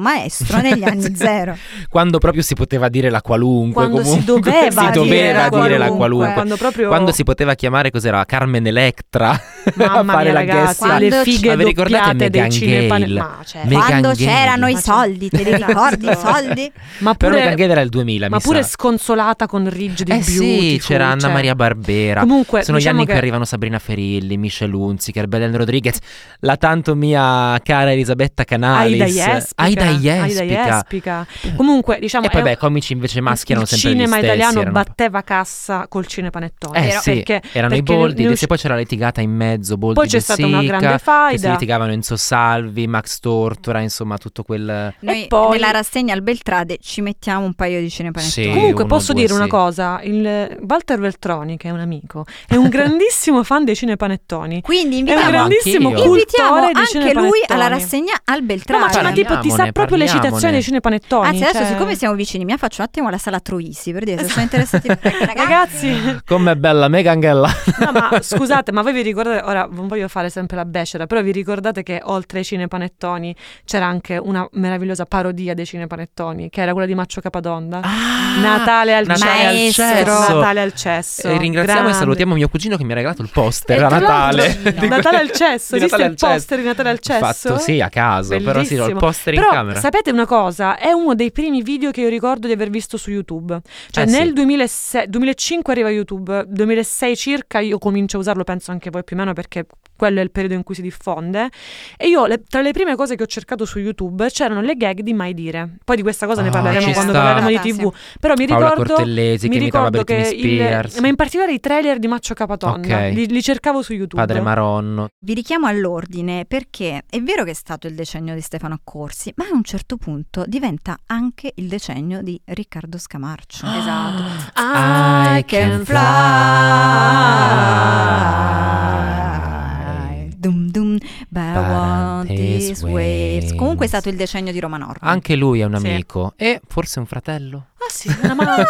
Speaker 4: maestro negli anni
Speaker 2: Sì.
Speaker 4: zero.
Speaker 2: Quando proprio si poteva dire la qualunque,
Speaker 3: Quando
Speaker 2: comunque
Speaker 3: si doveva,
Speaker 2: si doveva
Speaker 4: dire
Speaker 2: dire la
Speaker 4: la qualunque.
Speaker 2: qualunque.
Speaker 3: Quando proprio...
Speaker 2: Quando si poteva chiamare cos'era Carmen Electra a
Speaker 3: Mamma
Speaker 2: fare
Speaker 3: mia,
Speaker 2: la
Speaker 3: ragazzi,
Speaker 2: guest
Speaker 4: Quando-
Speaker 3: le fighe
Speaker 2: Ma vi ricordate
Speaker 3: doppiate dei
Speaker 2: Meghan
Speaker 3: cinepane...
Speaker 2: Gale?
Speaker 3: Ma, certo.
Speaker 2: Meghan
Speaker 4: Quando
Speaker 2: Gale.
Speaker 4: c'erano i
Speaker 3: Ma c'è-
Speaker 4: soldi, te li ricordi i
Speaker 3: Esatto.
Speaker 4: soldi?
Speaker 3: ma
Speaker 2: Però
Speaker 3: pure...
Speaker 2: Meghan Gale era il 2000,
Speaker 3: ma
Speaker 2: mi
Speaker 3: pure
Speaker 2: sa.
Speaker 3: sconsolata con Rigid cioè.
Speaker 2: Eh sì, c'era Anna Maria Barbera.
Speaker 3: Comunque,
Speaker 2: Sono gli
Speaker 3: diciamo
Speaker 2: anni in
Speaker 3: che-
Speaker 2: cui arrivano Sabrina Ferilli, Michelle Hunziker, Belen Rodriguez, la tanto mia cara Elisabetta Canalis,
Speaker 3: Aida Jespica,
Speaker 2: Aida
Speaker 3: Aida
Speaker 2: Jespica. Eh.
Speaker 3: Jespica. Comunque, diciamo
Speaker 2: E poi
Speaker 3: è-
Speaker 2: beh, comici invece maschi erano
Speaker 3: il
Speaker 2: sempre gli
Speaker 3: cinema
Speaker 2: stessi,
Speaker 3: italiano
Speaker 2: erano-
Speaker 3: batteva cassa col cinepanettone.
Speaker 2: Eh
Speaker 3: Però-
Speaker 2: sì,
Speaker 3: perché
Speaker 2: erano i
Speaker 3: perché
Speaker 2: Boldi,
Speaker 3: ne
Speaker 2: e
Speaker 3: usci-
Speaker 2: poi c'era la litigata in mezzo, Boldi
Speaker 3: Poi c'è stata una
Speaker 2: Bessica,
Speaker 3: grande
Speaker 2: che si
Speaker 3: faida.
Speaker 2: litigavano Enzo Salvi, Max Tortora, insomma tutto quel...
Speaker 4: Noi
Speaker 3: poi-
Speaker 4: nella rassegna al Beltrade ci mettiamo un paio di cinepanettoni.
Speaker 2: Sì.
Speaker 3: Comunque
Speaker 2: uno,
Speaker 3: posso
Speaker 2: due,
Speaker 3: dire una
Speaker 2: sì.
Speaker 3: cosa, il Walter Veltroni che è un amico, è un grandissimo fan dei cinepanettoni. È
Speaker 4: Quindi
Speaker 3: un
Speaker 4: invitiamo,
Speaker 2: grande
Speaker 3: grandissimo
Speaker 2: anch'io.
Speaker 3: cultore
Speaker 4: invitiamo
Speaker 3: di
Speaker 4: anche
Speaker 3: cinepanettoni.
Speaker 4: lui alla rassegna al
Speaker 3: No,
Speaker 4: Beltrade.
Speaker 3: ma, cioè, ma tipo ti sa
Speaker 2: Parliamone,
Speaker 3: proprio le citazioni
Speaker 2: parliamone.
Speaker 3: dei cinepanettoni.
Speaker 4: Anzi, adesso
Speaker 3: cioè-
Speaker 4: siccome siamo vicini, mi faccio un attimo alla sala Troisi per dire se sono interessati. perché,
Speaker 3: Ragazzi,
Speaker 2: Com'è bella Meghan Gale!
Speaker 3: no, ma scusate, ma voi vi ricordate? Ora non voglio fare sempre la becera, però vi ricordate che oltre ai cinepanettoni c'era anche una meravigliosa parodia dei cinepanettoni, che era quella di Maccio Capadonna.
Speaker 2: Ah,
Speaker 3: Natale al
Speaker 2: Natale al
Speaker 4: Maestro.
Speaker 2: cesso.
Speaker 3: Natale al cesso.
Speaker 2: Eh, ringraziamo
Speaker 3: Grande. Eh,
Speaker 2: e salutiamo mio cugino che mi ha regalato il
Speaker 3: E
Speaker 2: poster
Speaker 3: tra
Speaker 2: a Natale.
Speaker 3: l'altro,
Speaker 2: Di-
Speaker 3: Natale al cesso,
Speaker 2: di
Speaker 3: esiste
Speaker 2: Natale
Speaker 3: il
Speaker 2: al cesso.
Speaker 3: poster di Natale al cesso?
Speaker 2: Fatto sì, a caso, però sì, ho il
Speaker 3: Bellissimo.
Speaker 2: poster
Speaker 3: Però
Speaker 2: in camera.
Speaker 3: sapete una cosa? È uno dei primi video che io ricordo di aver visto su YouTube. Cioè
Speaker 2: Eh,
Speaker 3: nel
Speaker 2: sì.
Speaker 3: 2006 2005 arriva YouTube, 2006 circa io comincio a usarlo, penso anche voi più o meno perché quello è il periodo in cui si diffonde. E io le- tra le prime cose che ho cercato su YouTube c'erano le gag di Mai Dire. Poi di questa cosa ne
Speaker 2: Ah,
Speaker 3: parleremo
Speaker 2: ci
Speaker 3: quando
Speaker 2: sta.
Speaker 3: parleremo di
Speaker 4: Sì.
Speaker 3: TV. Però mi
Speaker 2: Paola
Speaker 3: ricordo
Speaker 2: Cortellesi che
Speaker 3: mi
Speaker 2: imitava
Speaker 3: ricordo
Speaker 2: Britney
Speaker 3: che
Speaker 2: Spears,
Speaker 3: il, ma in particolare i trailer di Maccio Capatonna
Speaker 2: Ok.
Speaker 3: li, li cercavo su YouTube.
Speaker 2: Padre Maronno.
Speaker 4: Vi richiamo all'ordine perché è vero che è stato il decennio di Stefano Accorsi, ma a un certo punto diventa anche il decennio di Riccardo Scamarcio.
Speaker 3: Esatto.
Speaker 2: I can fly.
Speaker 4: Dum dum, but I
Speaker 2: But I
Speaker 4: want
Speaker 2: these
Speaker 4: these waves.
Speaker 2: waves.
Speaker 4: Comunque è stato il decennio di Roma Nord.
Speaker 2: Anche lui è un
Speaker 3: Sì.
Speaker 2: amico e forse un fratello.
Speaker 3: Ah sì, una mano.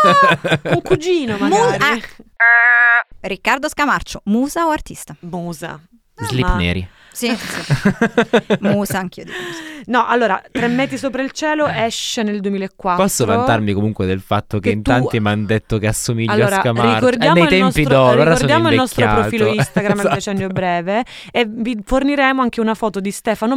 Speaker 3: un cugino magari.
Speaker 2: eh,
Speaker 4: Mul- Riccardo Scamarcio, musa o artista?
Speaker 3: Musa.
Speaker 2: Slip
Speaker 3: Ah, Ma-
Speaker 2: neri.
Speaker 4: Sì, sì. musa anch'io. dico musa.
Speaker 3: No, allora, Tre metri sopra il cielo esce nel 2004.
Speaker 2: Eh. Posso vantarmi comunque del fatto che,
Speaker 3: Che
Speaker 2: in
Speaker 3: tu-
Speaker 2: tanti mi hanno detto che assomiglia
Speaker 3: Allora,
Speaker 2: a Scamarcio. È
Speaker 3: ricordiamo,
Speaker 2: Eh, nei
Speaker 3: il,
Speaker 2: tempi
Speaker 3: nostro,
Speaker 2: d'oro, ora sono
Speaker 3: ricordiamo il nostro
Speaker 2: invecchiato.
Speaker 3: profilo Instagram al
Speaker 2: Esatto.
Speaker 3: decennio breve e vi forniremo anche una foto di Stefano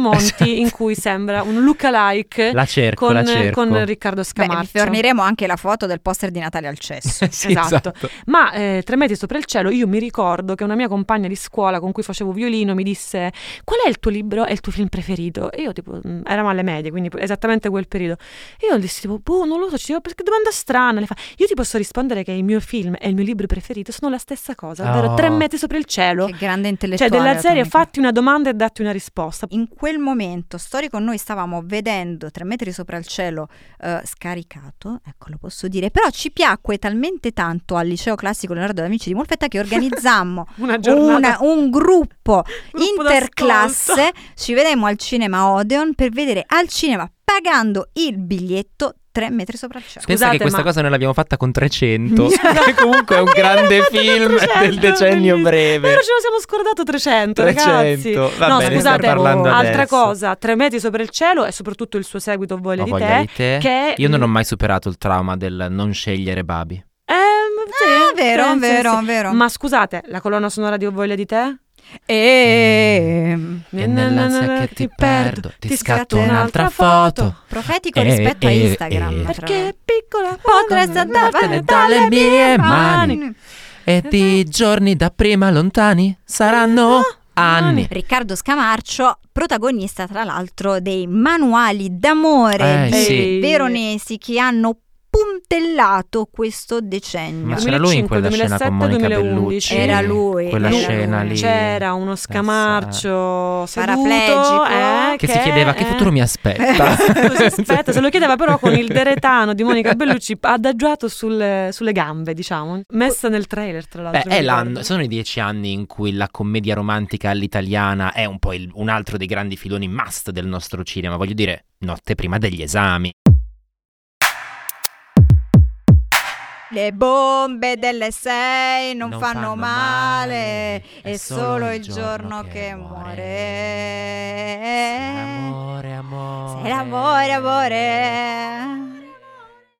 Speaker 3: Monti in cui sembra un lookalike
Speaker 2: La cerco, la
Speaker 3: con,
Speaker 2: cerco.
Speaker 3: con Riccardo
Speaker 4: Beh,
Speaker 3: Scamarcio.
Speaker 4: vi forniremo anche la foto del poster di Natale al cesso.
Speaker 2: Sì, esatto.
Speaker 3: Ma eh, tre metri sopra il cielo, io mi ricordo che una mia compagna di scuola con cui facevo violino mi disse: Qual è il tuo libro e il tuo film preferito? E io, tipo, mm, eravamo alle medie, quindi esattamente quel periodo. E io dissi: tipo, Boh, non lo so, ci dico, perché domanda strana. le fa. Io ti posso rispondere che il mio film e il mio libro preferito sono la stessa cosa, ovvero
Speaker 2: Oh.
Speaker 3: tre metri sopra il cielo.
Speaker 4: Che grande
Speaker 3: Cioè,
Speaker 4: intellettuale.
Speaker 3: della
Speaker 4: la
Speaker 3: serie,
Speaker 4: Tonica.
Speaker 3: fatti una domanda e datti una risposta.
Speaker 4: In quel momento storico noi stavamo vedendo tre metri sopra il cielo eh, scaricato, ecco lo posso dire, però ci piacque talmente tanto al Liceo Classico Leonardo da Vinci di Molfetta che organizzammo
Speaker 3: Una
Speaker 4: una-
Speaker 3: giornata.
Speaker 4: un gruppo
Speaker 3: Gruppo
Speaker 4: interclasse, ci vedemmo al cinema Odeon per vedere al cinema pagando il biglietto tre metri sopra il cielo.
Speaker 2: Pensa
Speaker 3: Scusate,
Speaker 2: che questa
Speaker 3: Esatto, ma-
Speaker 2: cosa noi l'abbiamo fatta con 300,
Speaker 3: Scusate.
Speaker 2: che comunque è un
Speaker 3: Ma
Speaker 2: grande
Speaker 3: l'abbiamo fatto
Speaker 2: film
Speaker 3: 300,
Speaker 2: del decennio
Speaker 3: bellissimo.
Speaker 2: breve.
Speaker 3: Però ce lo siamo scordato 300, ragazzi.
Speaker 2: 300, va
Speaker 3: no,
Speaker 2: bene,
Speaker 3: scusate,
Speaker 2: stiamo parlando
Speaker 3: altra
Speaker 2: adesso.
Speaker 3: cosa, Tre metri sopra il cielo e soprattutto il suo seguito Voglia
Speaker 2: Ho
Speaker 3: di
Speaker 2: voglia
Speaker 3: te.
Speaker 2: di te.
Speaker 3: che-
Speaker 2: Io non ho mai superato il trauma del non scegliere Babi.
Speaker 3: Ehm, sì,
Speaker 4: Ah, vero,
Speaker 3: sì, sì,
Speaker 4: vero,
Speaker 3: sì.
Speaker 4: vero.
Speaker 3: Ma scusate, la colonna sonora di Ho Voglia di te?
Speaker 4: E...
Speaker 2: E nell'ansia che ti perdo, ti scatto Ehm, un'altra foto.
Speaker 4: Profetico
Speaker 2: Eh,
Speaker 4: rispetto a
Speaker 2: eh,
Speaker 4: Instagram.
Speaker 2: eh.
Speaker 4: tra Oh,
Speaker 3: Perché piccola
Speaker 4: Potresti andartene dalle mie mani.
Speaker 2: E
Speaker 3: Esatto.
Speaker 2: di giorni da prima lontani saranno
Speaker 3: Ah,
Speaker 2: anni.
Speaker 4: Riccardo Scamarcio, protagonista tra l'altro dei manuali d'amore
Speaker 2: Eh,
Speaker 4: di
Speaker 2: sì.
Speaker 4: veronesi che hanno puntellato questo decennio.
Speaker 2: Ma c'era lui in quella scena con
Speaker 3: 2007,
Speaker 2: Monica
Speaker 3: 2011.
Speaker 2: Bellucci.
Speaker 4: Era lui,
Speaker 2: Quella
Speaker 4: era
Speaker 2: scena
Speaker 4: lui.
Speaker 2: lì.
Speaker 3: C'era uno scamarcio seduto
Speaker 4: Paraplegico.
Speaker 3: eh,
Speaker 2: Che, si chiedeva che
Speaker 3: eh,
Speaker 2: futuro mi aspetta.
Speaker 3: Scusi, aspetta, se lo chiedeva però con il deretano di Monica Bellucci adagiato sul- sulle gambe, diciamo, messa nel trailer
Speaker 2: Beh,
Speaker 3: tra l'altro.
Speaker 2: è
Speaker 3: mi
Speaker 2: l'anno,
Speaker 3: ricordo.
Speaker 2: sono i dieci anni in cui la commedia romantica all'italiana è un po' il- un altro dei grandi filoni must del nostro cinema, voglio dire, notte prima degli esami.
Speaker 4: Le bombe delle sei non, fanno, male,
Speaker 2: è
Speaker 4: è solo il giorno che muore.
Speaker 2: Amore, amore.
Speaker 4: Sei l'amore, amore.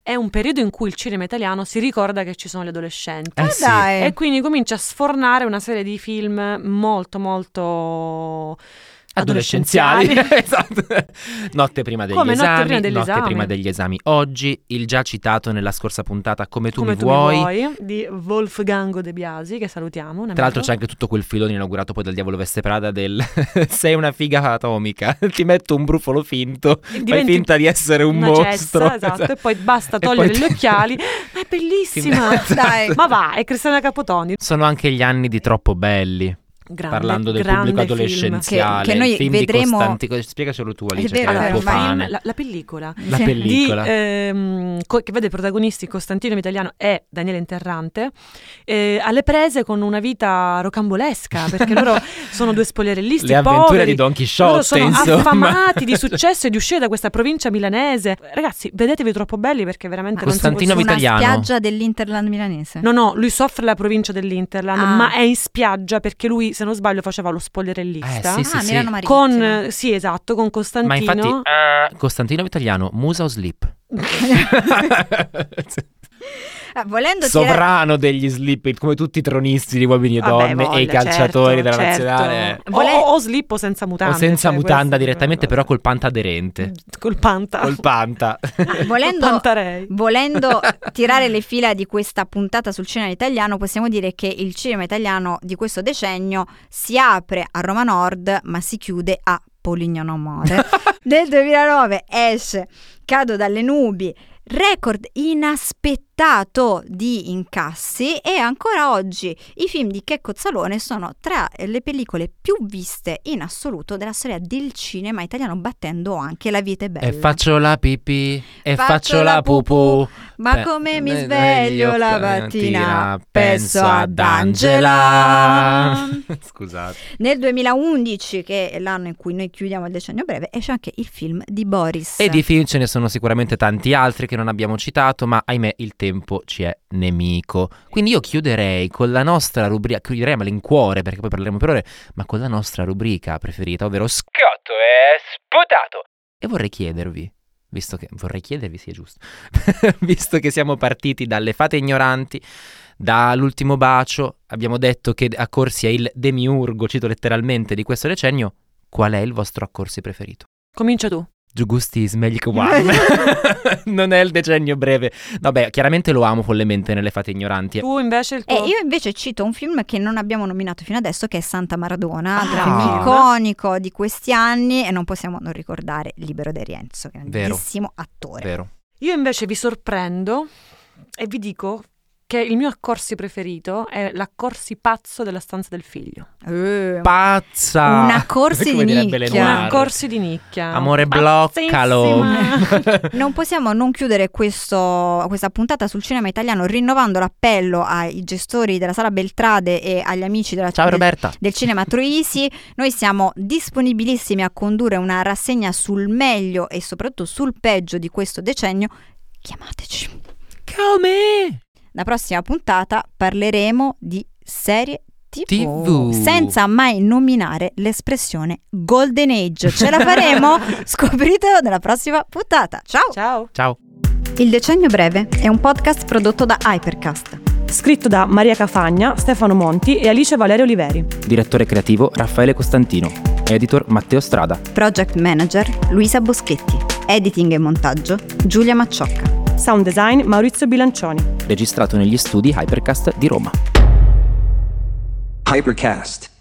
Speaker 3: È un periodo in cui il cinema italiano si ricorda che ci sono gli adolescenti.
Speaker 2: Eh
Speaker 4: Ma
Speaker 2: sì.
Speaker 4: dai.
Speaker 3: E quindi comincia a sfornare una serie di film molto molto
Speaker 2: Adolescenziali, esatto. Notte prima degli
Speaker 3: Come Notte
Speaker 2: esami,
Speaker 3: prima degli
Speaker 2: notte
Speaker 3: esami.
Speaker 2: prima degli esami. Oggi il già citato nella scorsa puntata Come tu
Speaker 3: come
Speaker 2: mi vuoi.
Speaker 3: eh, di Wolfgango De Biasi che salutiamo. un
Speaker 2: Tra l'altro c'è
Speaker 3: amico.
Speaker 2: anche tutto quel filone inaugurato poi dal Diavolo Veste Prada del sei una figa atomica, ti metto un brufolo finto, fai
Speaker 3: Diventi
Speaker 2: finta di essere un
Speaker 3: una
Speaker 2: mostro.
Speaker 3: cessa, esatto, e poi basta togliere
Speaker 2: poi
Speaker 3: gli
Speaker 2: ti-
Speaker 3: occhiali. Ma è bellissima!
Speaker 2: Esatto.
Speaker 4: Dai.
Speaker 3: Ma va, è Cristiana Capotoni.
Speaker 2: Sono anche gli anni di troppo belli,
Speaker 3: Grande,
Speaker 2: parlando del
Speaker 3: grande
Speaker 2: pubblico
Speaker 3: film.
Speaker 2: adolescenziale.
Speaker 4: Che- che noi
Speaker 2: il film
Speaker 4: vedremo-
Speaker 2: di Costanti... co- Spiegacelo tu Alice, che
Speaker 4: vero, è
Speaker 2: è il
Speaker 4: vero,
Speaker 2: tuo
Speaker 4: ma-
Speaker 2: pane.
Speaker 3: film, la, la pellicola
Speaker 2: La pellicola.
Speaker 3: di, ehm, co- che vede protagonisti Costantino Vitaliano e Daniele Interrante eh, alle prese con una vita rocambolesca perché loro sono due spogliarellisti
Speaker 2: Le avventure
Speaker 3: poveri.
Speaker 2: di Don Chisciotte,
Speaker 3: loro sono
Speaker 2: insomma.
Speaker 3: affamati di successo e di uscire da questa provincia milanese ragazzi vedetevi troppo belli perché veramente non si può-
Speaker 2: Costantino
Speaker 4: Su una
Speaker 2: Vitaliano.
Speaker 4: spiaggia dell'Interland milanese.
Speaker 3: No, no, lui soffre la provincia dell'Interland,
Speaker 4: Ah.
Speaker 3: ma è in spiaggia perché lui, se non sbaglio, faceva lo spogliarellista.
Speaker 2: Eh, sì,
Speaker 4: ah, Milano Marittimo.
Speaker 3: Con, eh, sì, esatto, con Costantino.
Speaker 2: Ma infatti, eh, Costantino Vitaliano, musa o slip?
Speaker 4: Eh, volendo tirare-
Speaker 2: Sovrano degli slip, come tutti i tronisti di uomini e
Speaker 3: Vabbè,
Speaker 2: donne e
Speaker 3: voglio,
Speaker 2: i calciatori
Speaker 3: certo,
Speaker 2: della
Speaker 3: certo.
Speaker 2: nazionale.
Speaker 3: O-
Speaker 4: Vole-
Speaker 3: O, o slip o senza
Speaker 2: O
Speaker 3: mutanda.
Speaker 2: senza
Speaker 3: cioè,
Speaker 2: mutanda
Speaker 3: questo-
Speaker 2: direttamente, però col panta aderente.
Speaker 3: Col panta.
Speaker 2: Col panta.
Speaker 3: Ah,
Speaker 4: volendo-
Speaker 3: Pantarei.
Speaker 4: Volendo tirare le fila di questa puntata sul cinema italiano, possiamo dire che il cinema italiano di questo decennio si apre a Roma Nord, ma si chiude a Polignano Amore. Nel 2009 esce Cado dalle nubi, record inaspettato di incassi e ancora oggi i film di Checco Zalone sono tra le pellicole più viste in assoluto della storia del cinema italiano, battendo anche La vita è bella.
Speaker 2: e faccio la pipì e
Speaker 4: Faccio
Speaker 2: faccio,
Speaker 4: la
Speaker 2: la
Speaker 4: pupù.
Speaker 2: pupù.
Speaker 4: Ma
Speaker 2: Pe- eh,
Speaker 4: come mi
Speaker 2: me-
Speaker 4: sveglio
Speaker 2: meglio
Speaker 4: la
Speaker 2: che-
Speaker 4: mattina,
Speaker 2: mattina,
Speaker 4: penso ad Angela.
Speaker 2: Angela. Scusate.
Speaker 4: Nel 2011, che è l'anno in cui noi chiudiamo il decennio breve, esce anche il film di Boris.
Speaker 2: E di film ce ne sono sicuramente tanti altri che non abbiamo citato, ma ahimè il tempo ci è nemico. Quindi io chiuderei con la nostra rubrica, chiuderei a malincuore perché poi parleremo per ore, ma con la nostra rubrica preferita, ovvero Scotto è sputato. E vorrei chiedervi, visto che vorrei chiedervi, sì è giusto, visto che siamo partiti dalle fate ignoranti, dall'ultimo bacio, abbiamo detto che Accorsi è il demiurgo, cito letteralmente, di questo decennio, qual è il vostro Accorsi preferito?
Speaker 3: Comincia tu.
Speaker 2: Giugusti is Magic One. non è il decennio breve. Vabbè, chiaramente lo amo follemente nelle fate ignoranti.
Speaker 3: Tu invece il
Speaker 4: E
Speaker 3: tuo.
Speaker 4: Eh, io invece cito un film che non abbiamo nominato fino adesso, che è Santa Maradona, altro
Speaker 3: Ah.
Speaker 4: film iconico di questi anni, e non possiamo non ricordare Libero De Rienzo, che è un
Speaker 2: Vero.
Speaker 4: grandissimo attore.
Speaker 2: Vero.
Speaker 3: Io invece vi sorprendo e vi dico che il mio accorsi preferito è l'accorsi pazzo della stanza del figlio.
Speaker 4: Eh,
Speaker 2: Pazza!
Speaker 4: Una corsi
Speaker 2: Come
Speaker 4: di
Speaker 2: direbbe
Speaker 4: nicchia.
Speaker 2: Lenoir.
Speaker 3: Un accorsi di nicchia.
Speaker 2: Amore,
Speaker 3: Pazzissima.
Speaker 2: bloccalo.
Speaker 4: Non possiamo non chiudere questo- questa puntata sul cinema italiano rinnovando l'appello ai gestori della sala Beltrade e agli amici della
Speaker 2: Ciao
Speaker 4: del-
Speaker 2: Roberta.
Speaker 4: del cinema Troisi. Noi siamo disponibilissimi a condurre una rassegna sul meglio e soprattutto sul peggio di questo decennio. Chiamateci.
Speaker 2: Come?
Speaker 4: La prossima puntata parleremo di serie TV,
Speaker 2: TV.
Speaker 4: senza mai nominare l'espressione Golden Age. Ce la faremo? Scopritelo nella prossima puntata. Ciao!
Speaker 3: Ciao.
Speaker 2: Ciao.
Speaker 4: Il Decennio Breve è un podcast prodotto da Hypercast.
Speaker 3: Scritto da Maria Cafagna, Stefano Monti e Alice Valerio Oliveri.
Speaker 2: Direttore creativo Raffaele Costantino. Editor Matteo Strada.
Speaker 4: Project Manager Luisa Boschetti. Editing e montaggio Giulia Macciocca.
Speaker 3: Sound design Maurizio Bilancioni.
Speaker 2: Registrato negli studi Hypercast di Roma.
Speaker 1: Hypercast.